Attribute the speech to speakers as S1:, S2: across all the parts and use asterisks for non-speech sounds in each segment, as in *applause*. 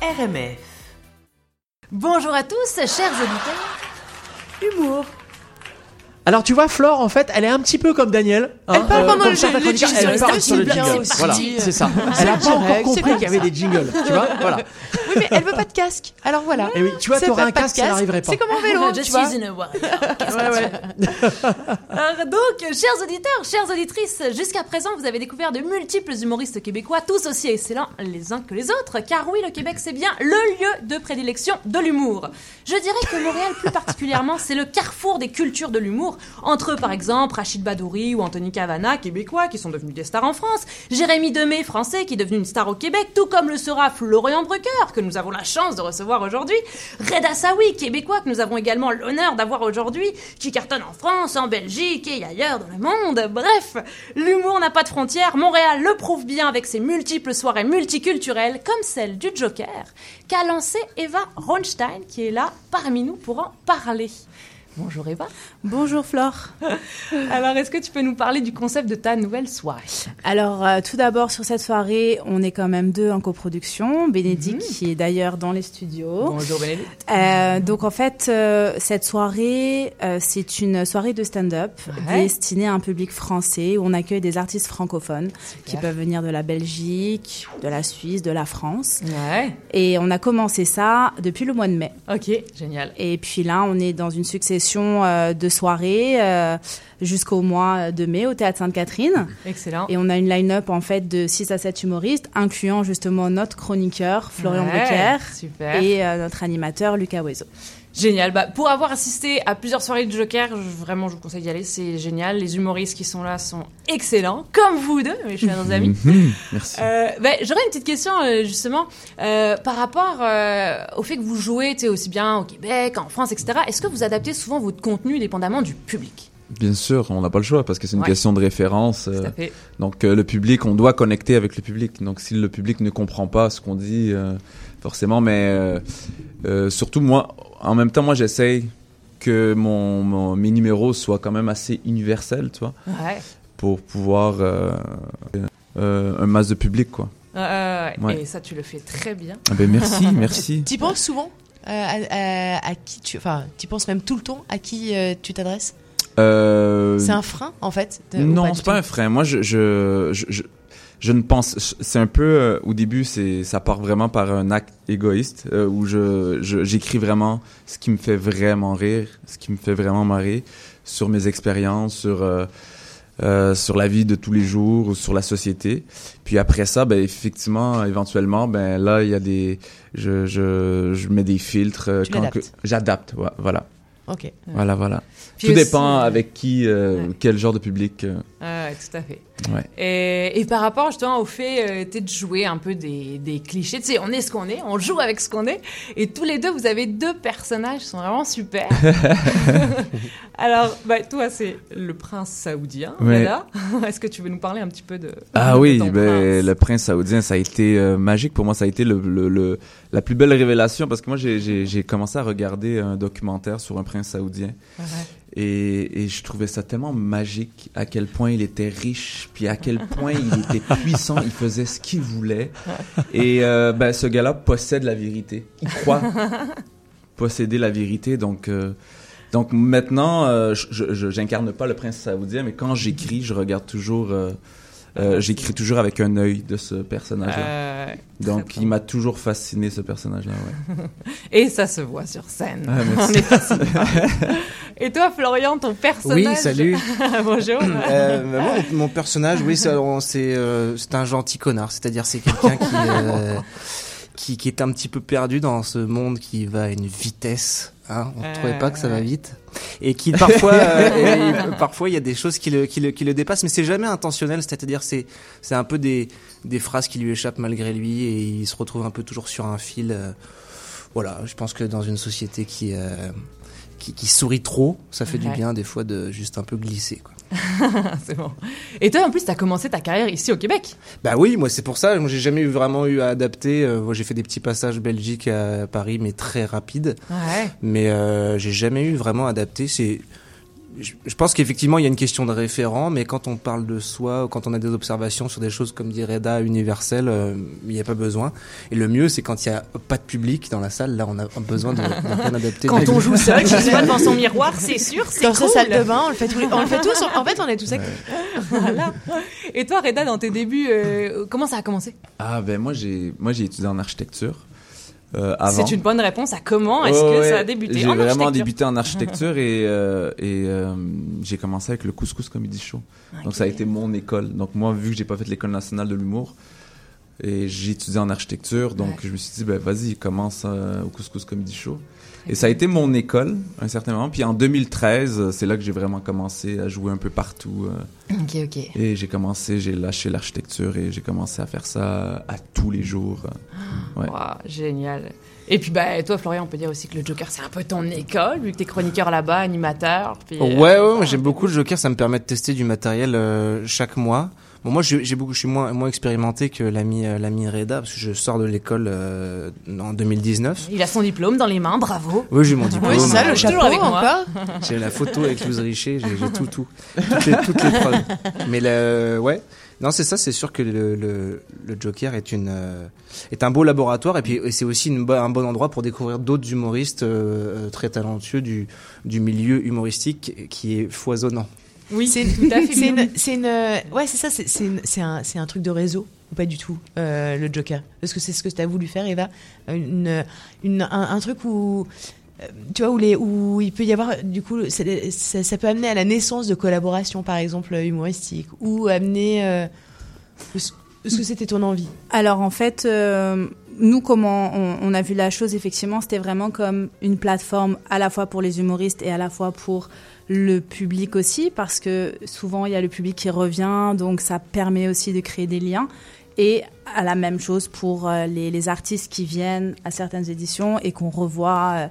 S1: RMF. Bonjour à tous, chers auditeurs. Humour.
S2: Alors tu vois, Flore, en fait, elle est un petit peu comme Daniel. hein. Euh,
S1: Elle parle pendant
S2: comme
S1: le
S2: certains
S1: jeu- le
S2: chroniqueurs,
S1: jingle,
S2: Elle
S1: c'est
S2: parle sur le
S1: parti,
S2: jingle.
S1: c'est
S2: Voilà,
S1: parti.
S2: c'est ça. Elle a pas encore
S1: direct, c'est
S2: compris qu'il y avait des jingles. Tu vois, voilà.
S1: Oui, mais elle veut pas de casque. Alors voilà.
S2: Et oui, tu vois,
S1: C'est
S2: t'aurais
S1: pas-
S2: un
S1: pas de
S2: casque, ça n'arriverait pas.
S1: C'est
S3: Ah,
S1: comme en vélo,
S4: Je
S1: tu
S4: suis
S1: vois.
S4: une
S1: *laughs*
S4: warrior.
S3: Alors, donc, chers auditeurs, chères auditrices, jusqu'à présent, vous avez découvert de multiples humoristes québécois, tous aussi excellents les uns que les autres, car oui, le Québec, c'est bien le lieu de prédilection de l'humour. Je dirais que Montréal, plus particulièrement, c'est le carrefour des cultures de l'humour, entre, par exemple, Rachid Badouri ou Anthony Cavana, québécois, qui sont devenus des stars en France, Jérémy Demé, français, qui est devenu une star au Québec, tout comme le sera Florian Brucker, que nous avons la chance de recevoir aujourd'hui, Red Assaoui, québécois, que nous avons également l'honneur d'avoir aujourd'hui, qui cartonne en France, en Belgique et ailleurs dans le monde. Bref, l'humour n'a pas de frontières, Montréal le prouve bien avec ses multiples soirées multiculturelles, comme celle du Joker, qu'a lancée Eva Ronstein, qui est là parmi nous pour en parler. Bonjour Eva.
S5: Bonjour Flore.
S3: Alors, est-ce que tu peux nous parler du concept de ta nouvelle soirée
S5: Alors euh, tout d'abord sur cette soirée, on est quand même deux en coproduction. Bénédicte qui est d'ailleurs dans les studios.
S1: Bonjour Bénédicte.
S5: Euh, donc en fait euh, cette soirée, euh, c'est une soirée de stand-up
S1: Ouais.
S5: destinée à un public français où on accueille des artistes francophones qui peuvent venir de la Belgique, de la Suisse, de la France.
S1: Ouais.
S5: Et on a commencé ça depuis le mois de mai.
S1: Ok, génial.
S5: Et puis là, on est dans une succession euh, de soirées euh, jusqu'au mois de mai au Théâtre Sainte-Catherine.
S1: Excellent.
S5: Et on a une line-up en fait de 6 à 7 humoristes, incluant justement notre chroniqueur Florian
S1: Ouais,
S5: Becker
S1: Super.
S5: et euh, notre animateur Lucas Wezo.
S1: Génial. Bah, pour avoir assisté à plusieurs soirées de Joker, je- vraiment, je vous conseille d'y aller. C'est génial. Les humoristes qui sont là sont excellents, comme vous deux, mes
S3: *laughs*
S1: chers amis.
S6: Merci.
S1: Euh, bah, J'aurais une petite question euh, justement euh, par rapport euh, au fait que vous jouez tu sais, aussi bien au Québec, en France, etc. Est-ce que vous adaptez souvent votre contenu dépendamment du public
S6: Bien sûr, on n'a pas le choix parce que c'est une
S1: Ouais.
S6: question de référence. euh,
S1: Tout à fait.
S6: donc euh, le public, on doit connecter avec le public. Donc si le public ne comprend pas ce qu'on dit, euh, forcément, mais euh, euh, surtout moi, en même temps, moi j'essaye que mon, mon- mes numéros soient quand même assez universels, tu vois,
S1: Ouais.
S6: pour pouvoir euh, euh, un masse de public, quoi.
S1: Euh,
S6: Ouais.
S1: Et ça, tu le fais très bien.
S6: Ah ben merci, merci.
S4: T'y penses souvent euh, à, à- à qui tu. Enfin, t'y penses même tout le temps à qui euh, tu t'adresses
S6: Euh,
S4: C'est un frein, en fait de- ou
S6: Non,
S4: du
S6: c'est pas
S4: tout
S6: un frein. Moi, je, je, je, je, je ne pense. C'est un peu euh, au début, c'est ça part vraiment par un acte égoïste euh, où je je- j'écris vraiment ce qui me fait vraiment rire, ce qui me fait vraiment marrer sur mes expériences, sur euh, euh, sur la vie de tous les jours, ou sur la société. Puis après ça, ben effectivement, éventuellement, ben là, il y a des, je, je, je mets des filtres. euh,
S4: Tu
S6: quand que-
S4: l'adaptes.
S6: J'adapte, ouais, voilà,
S4: Ok.
S6: voilà, voilà.
S1: Puis
S6: Tout
S1: aussi-
S6: dépend avec qui, euh,
S1: Ouais.
S6: quel genre de public. euh,
S1: Ah Ouais, tout à fait.
S6: Ouais.
S1: Et, et par rapport justement au fait euh, t'sais, de jouer un peu des, des clichés, tu sais, on est ce qu'on est, on joue avec ce qu'on est, et tous les deux, vous avez deux personnages qui sont vraiment
S6: *laughs*
S1: super. Alors, bah, toi, c'est le prince saoudien,
S6: Ouais.
S1: Lala. *laughs* Est-ce que tu veux nous parler un petit peu de.
S6: Ah
S1: de
S6: oui,
S1: ton
S6: ben,
S1: prince
S6: le prince saoudien, ça a été euh, magique pour moi. Ça a été le, le- le- la plus belle révélation parce que moi, j'ai- j'ai j'ai commencé à regarder un documentaire sur un prince saoudien
S1: Ouais.
S6: et, et je trouvais ça tellement magique à quel point il était riche, puis à quel point il
S1: *laughs*
S6: était puissant, il faisait ce qu'il voulait. Et euh, ben, ce gars-là possède la vérité.
S1: *laughs*
S6: Il croit posséder la vérité. Donc, euh, donc maintenant, euh, je- je je- j'incarne pas le prince saoudien, mais quand j'écris, je regarde toujours. euh,
S1: Ah,
S6: euh, j'écris toujours avec un œil de ce personnage-là.
S1: Euh,
S6: Donc,
S1: très
S6: il
S1: fort.
S6: m'a toujours fasciné ce personnage-là. ouais.
S1: Et ça se voit sur scène. *laughs*
S6: Ah, merci.
S1: On est fasciné. et toi, Florian, ton personnage. Ah,
S7: Oui, salut.
S1: *laughs*
S7: *coughs*
S1: Bonjour.
S7: Euh, bah, moi, mon, mon personnage, oui, c'est alors, c'est, euh, c'est un gentil connard. C'est-à-dire, c'est quelqu'un qui, euh, qui, qui est un petit peu perdu dans ce monde qui va à une vitesse. Hein, on ne
S1: Euh,
S7: trouvait pas que ça va
S1: ouais.
S7: vite et qui
S1: *laughs*
S7: parfois, euh, et- et parfois il y a des choses qui le, qui le, qui le dépassent, mais c'est jamais intentionnel. C'est-à-dire c'est c'est un peu des, des phrases qui lui échappent malgré lui et il se retrouve un peu toujours sur un fil. euh, voilà, je pense que dans une société qui euh, qui, qui sourit trop, ça fait du
S1: Ouais.
S7: bien des fois de juste un peu glisser. Quoi.
S1: Ah, C'est bon. Et toi, en plus, t'as commencé ta carrière ici au Québec.
S7: Bah oui, moi c'est pour ça. Moi j'ai jamais eu vraiment eu à adapter. Euh, moi, j'ai fait des petits passages Belgique à Paris, mais très rapides.
S1: Ouais.
S7: Mais euh, j'ai jamais eu vraiment à adapter. C'est je, je pense qu'effectivement, il y a une question de référent, mais quand on parle de soi, ou quand on a des observations sur des choses comme dit Reda, universelles, euh, il n'y a pas besoin. Et le mieux, c'est quand il n'y a pas de public dans la salle, là, on a besoin de, de
S1: *laughs*
S7: rien adapter.
S1: Quand on joue seul, qui se voit devant son miroir, c'est sûr, c'est
S4: Dans
S1: cool.
S4: sa salle de bain, on le fait tous. les- On le fait tous. En fait, on est tous. avec-
S1: *laughs* Voilà. Et toi, Reda, dans tes débuts, euh, comment ça a commencé
S6: Ah ben moi j'ai moi j'ai étudié en architecture. euh, avant.
S1: C'est une bonne réponse à comment Oh, est-ce
S6: Ouais,
S1: que
S6: ouais.
S1: ça a débuté Oh
S6: J'ai
S1: en
S6: vraiment
S1: architecture.
S6: débuté en
S1: *laughs*
S6: architecture et, euh, et euh, j'ai commencé avec le Couscous Comedy Show. Donc ça a été mon école. Donc moi, vu que j'ai pas fait l'école nationale de l'humour et j'ai étudié en architecture, donc je me suis dit, ben vas-y, commence euh, au Couscous Comedy Show. Et ça a été mon école, à un certain moment. Puis en 2013, euh, c'est là que j'ai vraiment commencé à jouer un peu partout. euh,
S4: Ok, ok.
S6: et j'ai commencé, j'ai lâché l'architecture et j'ai commencé à faire ça euh, à tous les jours. euh. Ouais.
S1: Waouh, génial. Et puis bah toi Florian, on peut dire aussi que le Joker c'est un peu ton école, vu que t'es chroniqueur là-bas, animateur. Puis, euh,
S7: Ouais, ouais, ouais, j'aime beaucoup le Joker, ça me permet de tester du matériel euh, chaque mois. Bon, moi, j'ai j'ai beaucoup, je suis moins, moins expérimenté que l'ami, euh, l'ami Reda, parce que je sors de l'école euh, en 2019.
S1: Il a son diplôme dans les mains, bravo.
S7: Oui, j'ai mon diplôme. euh,
S4: Oui, c'est ça,
S1: Toujours
S4: le chapeau
S1: avec moi.
S4: encore.
S7: J'ai la photo avec Louise Richer, j'ai j'ai tout,
S4: *laughs*
S7: tout. Toutes les, toutes les preuves. Mais le, ouais. Non, c'est ça, c'est sûr que le, le, le Joker est, une, euh, est un beau laboratoire et puis et c'est aussi une, bo- un bon endroit pour découvrir d'autres humoristes euh, euh, très talentueux du, du milieu humoristique qui est foisonnant.
S1: Oui, c'est tout à fait.
S4: C'est une, c'est une, euh, ouais, c'est ça, c'est- c'est une- c'est un, c'est un truc de réseau ou pas du tout, euh, le Joker. Parce que c'est ce que tu as voulu faire, Eva, une, une, un, un truc où, euh, tu vois, où, les, où il peut y avoir, du coup, ça, ça- ça peut amener à la naissance de collaborations, par exemple, humoristiques, ou amener. euh, est-ce est-ce que c'était ton envie
S5: Alors en fait, euh, nous comment on, on a vu la chose effectivement, c'était vraiment comme une plateforme à la fois pour les humoristes et à la fois pour le public aussi, parce que souvent il y a le public qui revient, donc ça permet aussi de créer des liens. Et à la même chose pour euh, les, les artistes qui viennent à certaines éditions et qu'on revoit euh,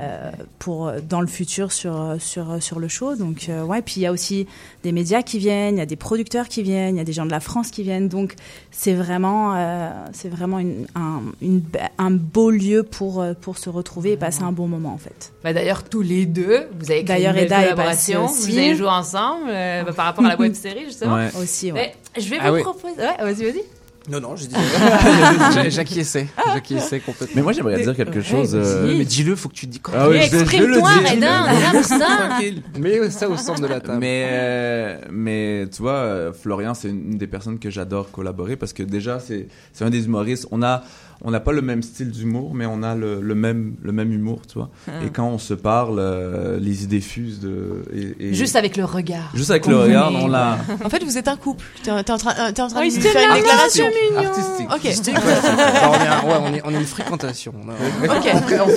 S5: euh, pour dans le futur sur sur sur le show. Donc euh, ouais, puis il y a aussi des médias qui viennent, il y a des producteurs qui viennent, il y a des gens de la France qui viennent. Donc c'est vraiment, euh, c'est vraiment une- un, une be- un beau lieu pour, euh, pour se retrouver et passer un bon moment en fait.
S1: Bah, d'ailleurs tous les deux, vous avez créé
S5: D'ailleurs,
S1: une belle
S5: Eda est
S1: collaboration,
S5: passée aussi.
S1: vous avez joué ensemble euh, bah, par rapport à la web série justement.
S6: Ouais.
S5: Aussi, ouais.
S1: Mais je vais
S7: Ah
S1: vous
S7: oui.
S1: proposer. Ouais, vas-y, vas-y.
S7: Non, non, j'ai dit. *laughs* J'a- J'acquiesçais. J'acquiesçais complètement.
S6: Mais moi, j'aimerais dire quelque chose. euh,
S7: Mais, dis-le, faut que tu dis.
S6: Ah oui,
S1: Mais
S6: je vais- je vais le
S1: exprime-toi,
S6: dire. *laughs*
S1: Redin, regarde ça.
S7: Tranquille. Mais ça au centre de la table.
S6: Mais, euh, mais tu vois, euh, Florian, c'est une des personnes que j'adore collaborer parce que déjà, c'est c'est un des humoristes. On a on n'a pas le même style d'humour, mais on a le, le même le même humour, tu vois. Et quand on se parle, euh, les idées fusent. De, et, et-
S1: Juste avec le regard.
S6: juste avec le regard, on l'a
S4: En fait, vous êtes un couple. T'es en t'es en train, euh, t'es en train
S1: Oh,
S4: de
S1: ils
S4: lui
S1: se
S4: faire une
S1: lament,
S4: déclaration.
S6: artistique.
S4: Ok.
S7: *laughs* Alors, on, est un- ouais, on, est, on est une fréquentation. On a-
S4: Ok.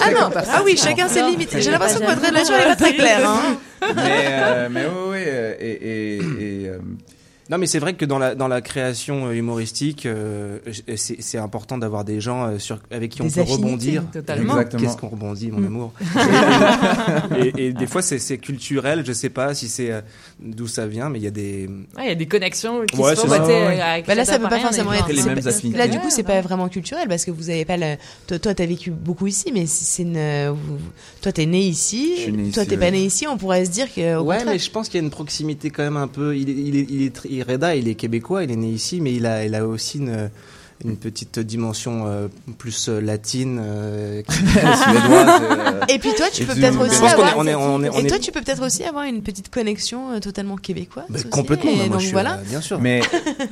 S4: Ah non. Ah oui, chacun ses limites. J'ai l'impression que votre relation elle est pas très claire. hein.
S6: mais euh, mais oui, oui, euh, et, et, et, euh,
S7: Non, mais c'est vrai que dans la, dans la création euh, humoristique, euh, j- c'est c'est important d'avoir des gens euh, sur, avec qui
S4: Des
S7: on peut
S4: affinités,
S7: rebondir.
S1: totalement.
S6: Exactement.
S7: Qu'est-ce qu'on rebondit, mon *laughs* amour et, et- et des fois, c'est- c'est culturel. Je sais pas si c'est euh, d'où ça vient, mais il y a des.
S1: Ouais, il y a des connexions qui
S7: Ouais,
S1: se font.
S7: c'est
S1: bah,
S7: ça,
S1: t'sais,
S7: ouais, ouais.
S1: avec
S4: Bah là,
S1: les
S4: ça peut pas
S1: appareils, on est
S4: forcément
S1: genre-
S4: être.
S6: Après, les
S4: c'est
S6: mêmes
S4: pas-
S6: affinités.
S4: Là, du coup,
S1: Ouais,
S4: c'est
S1: voilà.
S4: pas vraiment culturel parce que vous avez pas le. Toi, toi, t'as vécu beaucoup ici, mais c'est c'est une. vous- Toi, t'es né ici.
S6: Je suis né
S4: toi,
S6: ici,
S4: t'es pas
S6: ouais.
S4: né ici. On pourrait se dire que. au
S7: ouais,
S4: contraire.
S7: mais je pense qu'il y a une proximité quand même un peu. Il est, il est, il est tr- il- Reda, il est québécois, il est né ici, mais il a, il a aussi une, une petite dimension euh, plus euh, latine. euh,
S4: *laughs*
S7: qui-
S6: suédoise, euh,
S4: Et puis toi, tu
S6: Et
S4: peux
S6: du-
S4: peut-être
S6: Je
S7: je
S4: aussi
S7: pense qu'on est,
S4: avoir.
S7: on est, on est, on
S4: ah Et
S7: est-
S4: toi, tu peux peut-être aussi avoir une petite connexion euh, totalement québécoise.
S7: Bah,
S4: aussi.
S7: complètement.
S4: Et
S7: bah, moi,
S4: donc
S7: je suis,
S4: voilà.
S7: euh, bien sûr.
S6: Mais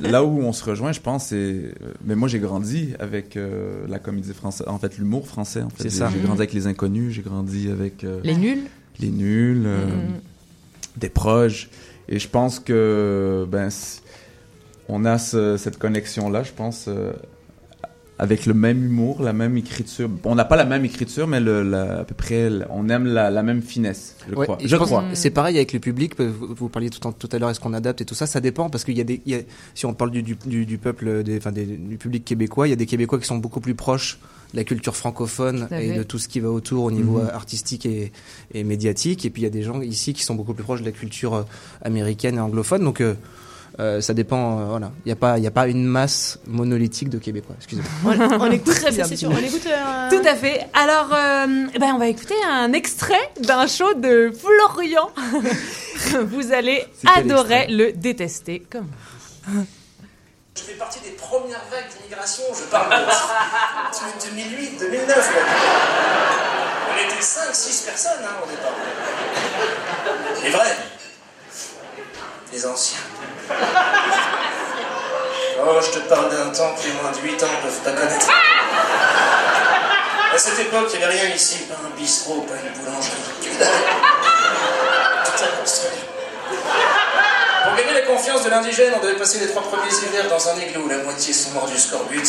S6: là où on se rejoint, je pense, c'est. euh, Mais moi, j'ai grandi avec euh, la comédie française, en fait, l'humour français. En fait.
S7: C'est ça.
S6: J'ai grandi avec les inconnus, j'ai grandi avec euh,
S4: Les nuls.
S6: les nuls, euh,
S1: Mm. Mmh.
S6: des proches. Et je pense que. Ben, c- on a ce- cette connexion-là, je pense, euh, avec le même humour, la même écriture. On n'a pas la même écriture, mais le, la- à peu près, le- on aime la, la même finesse, je
S7: Ouais,
S6: crois.
S7: et
S6: Je
S7: pense
S6: crois.
S7: que C'est pareil avec le public. parce que Vous, vous parliez tout, en- tout à l'heure, est-ce qu'on adapte et tout ça Ça dépend parce qu'il y a des. il y a- si on parle du, du, du- du peuple, des, enfin, des- du public québécois, il y a des Québécois qui sont beaucoup plus proches de la culture francophone
S1: Tout à
S7: et
S1: fait.
S7: de tout ce qui va autour au niveau
S6: Mhm.
S7: euh, artistique et, et médiatique. Et puis il y a des gens ici qui sont beaucoup plus proches de la culture euh, américaine et anglophone. Donc euh,
S8: Euh, ça dépend, euh, voilà. Il n'y a, pas- y a pas une masse monolithique de Québécois, excusez-moi.
S4: On, on écoute,
S1: Très bien
S4: c'est sûr, on écoute. euh,
S9: Tout à fait. Alors, euh, eh
S1: bah,
S9: ben, on va écouter un extrait d'un show de
S1: *laughs*
S9: Florian. Vous allez
S6: C'est quel
S9: adorer le détester. Comme
S10: Je fais partie des premières vagues d'immigration, je parle de de 2008, 2009. quoi. On était 5-6 personnes hein, au départ. Les vrais. Les anciens. Oh, je te parle d'un temps que les moins de 8 ans ne peuvent pas connaître. À cette époque, il n'y avait rien ici, pas un bistrot, pas une boulangerie. Que dalle. Tout à construire. Pour gagner la confiance de l'indigène, on devait passer les trois premiers hivers dans un igloo. La moitié sont morts du scorbut.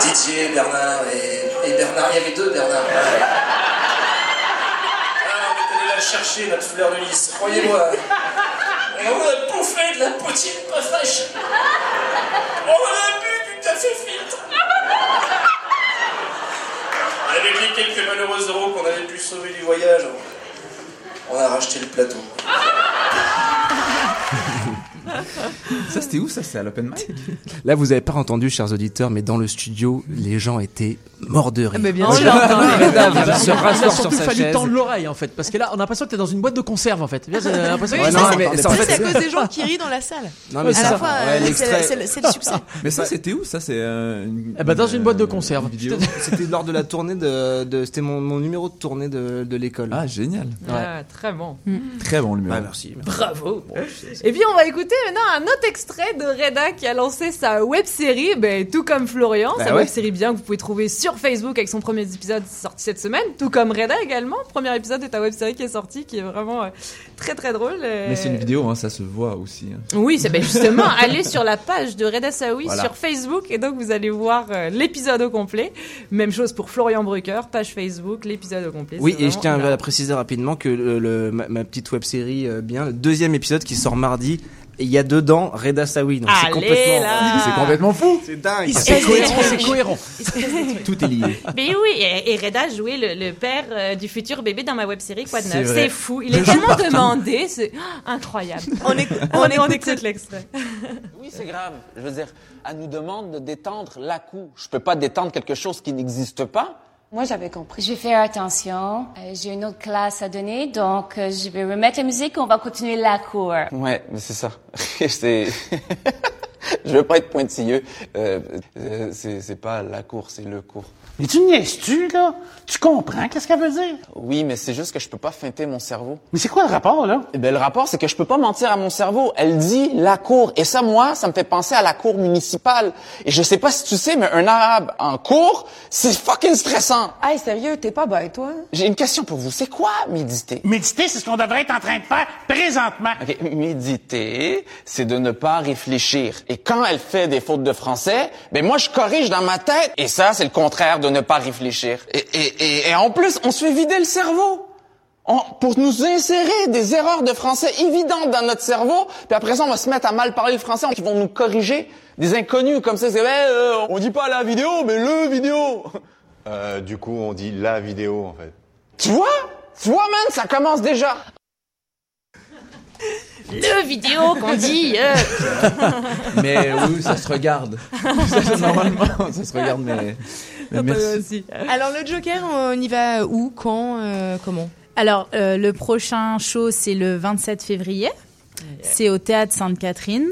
S10: Didier, Bernard et, et Bernard. Il y avait deux Bernard. Ah, on est allé la chercher, notre fleur de lys. Croyez-moi. Et on a bouffé de la poutine pas fraîche. On a bu du café filtre. Avec les quelques malheureux euros qu'on avait pu sauver du voyage, on a racheté le plateau.
S6: Ça, c'était où ça C'était à l'open mic
S2: *laughs*
S8: Là, vous n'avez pas entendu, chers auditeurs, mais dans le studio, les gens étaient morts de rire. *laughs*
S4: Mais bien
S1: On
S4: sûr.
S1: l'entend.
S4: hein.
S2: Il a
S8: Ah, bah, se rasseoir sur
S2: surtout
S8: sa
S2: fallu
S8: chaise.
S2: tendre l'oreille en fait, parce que là on a l'impression que t'es dans une boîte de conserve en fait. Bien, c'est- on a l'impression que
S8: Ouais,
S2: c'est-
S8: non,
S2: c'est-
S8: mais ça, en
S4: Après,
S8: fait,
S4: c'est à cause des gens qui rient dans la salle.
S8: non, mais
S4: à
S8: ça,
S4: la fois,
S8: ouais,
S4: euh, c'est
S8: l'extrait,
S4: le- c'est le c'est le succès.
S6: Mais ça, c'était où ça C'est euh, une-
S2: Eh ben, dans une boîte de
S6: euh,
S2: conserve.
S6: vidéo.
S8: c'était lors de la tournée de, de- c'était mon, mon numéro de tournée de, de l'école.
S6: Ah, génial.
S1: Ah, très bon.
S6: Très bon, le
S8: Ah,
S6: numéro.
S8: merci.
S1: Bravo. Et puis Eh on va écouter maintenant un autre extrait de Reda qui a lancé sa web série, ben, tout comme Florian,
S8: Bah
S1: sa
S8: ouais.
S1: web série bien que vous pouvez trouver sur Facebook avec son premier épisode sorti cette semaine, tout comme Reda également. Premier épisode de ta web série qui est sortie, qui est vraiment euh, très très drôle. euh.
S6: Mais c'est une vidéo, hein, ça se voit aussi. hein.
S1: Oui, c'est
S8: *laughs*
S1: ben, justement allez sur la page de Reda Saoui
S6: Voilà.
S1: sur Facebook et donc vous allez voir euh, l'épisode au complet. Même chose pour Florian Brucker, page Facebook, l'épisode au complet.
S8: Oui,
S1: c'est
S8: et je
S1: vraiment
S8: tiens
S1: hilarant.
S8: à préciser rapidement que le, le- ma, ma petite web série, euh, bien, le deuxième épisode qui sort mardi, il y a dedans Reda Sawi. Donc c'est
S1: Allez,
S8: complètement,
S1: là.
S8: c'est complètement fou. C'est dingue.
S4: se
S2: c'est
S4: passe des
S2: cohérent,
S4: trucs.
S2: c'est cohérent.
S4: Il se passe des trucs.
S6: Tout est lié.
S1: Mais oui, et, et Reda jouait le, le père euh, du futur bébé dans ma web série Quoi de
S6: C'est
S1: neuf.
S6: vrai.
S1: C'est fou, il est tellement demandé, c'est *gasps* ah, incroyable.
S4: On écoute.
S1: On, est, on écoute l'extrait.
S7: Oui, c'est grave. Je veux dire, elle nous demande de détendre la coup. Je peux pas détendre quelque chose qui n'existe pas.
S3: Moi, j'avais compris. Je vais faire attention. Euh, J'ai une autre classe à donner, donc euh, je vais remettre la musique. On va continuer la cour.
S7: Ouais, mais c'est ça. *laughs* c'est... je veux pas être pointilleux. Euh, euh, c'est, c'est pas la cour, c'est le cours.
S11: Mais tu niaises-tu, là? Tu comprends qu'est-ce qu'elle veut dire?
S7: Oui, mais c'est juste que je peux pas feinter mon cerveau.
S11: Mais c'est quoi le rapport, là?
S7: Eh ben, le rapport, c'est que je peux pas mentir à mon cerveau. Elle dit la cour. Et ça, moi, ça me fait penser à la cour municipale. Et je sais pas si tu sais, mais un arabe en cour, c'est fucking stressant.
S12: Hey, sérieux, t'es pas bête, toi?
S7: J'ai une question pour vous. C'est quoi méditer?
S11: Méditer, c'est ce qu'on devrait être en train de faire présentement.
S7: Ok, Méditer, c'est de ne pas réfléchir. Et quand elle fait des fautes de français, ben moi je corrige dans ma tête. Et ça, c'est le contraire de ne pas réfléchir. Et, et- et- et en plus, on se fait vider le cerveau. On- pour nous insérer des erreurs de français évidentes dans notre cerveau, puis après ça, on va se mettre à mal parler le français, qui vont nous corriger. Des inconnus comme ça, c'est, ben, euh, on dit pas la vidéo, mais le vidéo.
S10: Euh, du coup, on dit la vidéo en fait.
S7: Tu vois? Tu vois, man, ça commence déjà.
S1: Le vidéo qu'on dit. euh,
S6: *laughs* Mais oui, ça se *laughs* regarde. Normalement, ça se regarde, mais. mais merci.
S4: Alors le Joker, on y va où, quand, euh, comment
S5: Alors, euh, le prochain show, c'est le 27 février. C'est au théâtre Sainte-Catherine.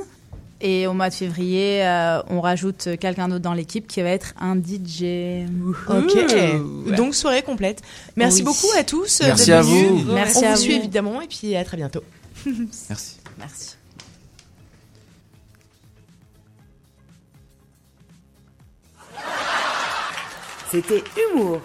S5: Et au mois de février, euh, on rajoute quelqu'un d'autre dans l'équipe qui va être un DJ.
S4: Ok.
S2: Ouh.
S4: Donc soirée complète. Merci
S5: Oui.
S4: beaucoup à tous. euh,
S8: Merci
S4: d'être
S8: à
S4: venus.
S8: vous.
S5: Merci
S4: on
S5: à
S4: vous suit
S5: vous.
S4: évidemment et puis à très bientôt.
S6: Merci.
S5: Merci.
S12: C'était Humour,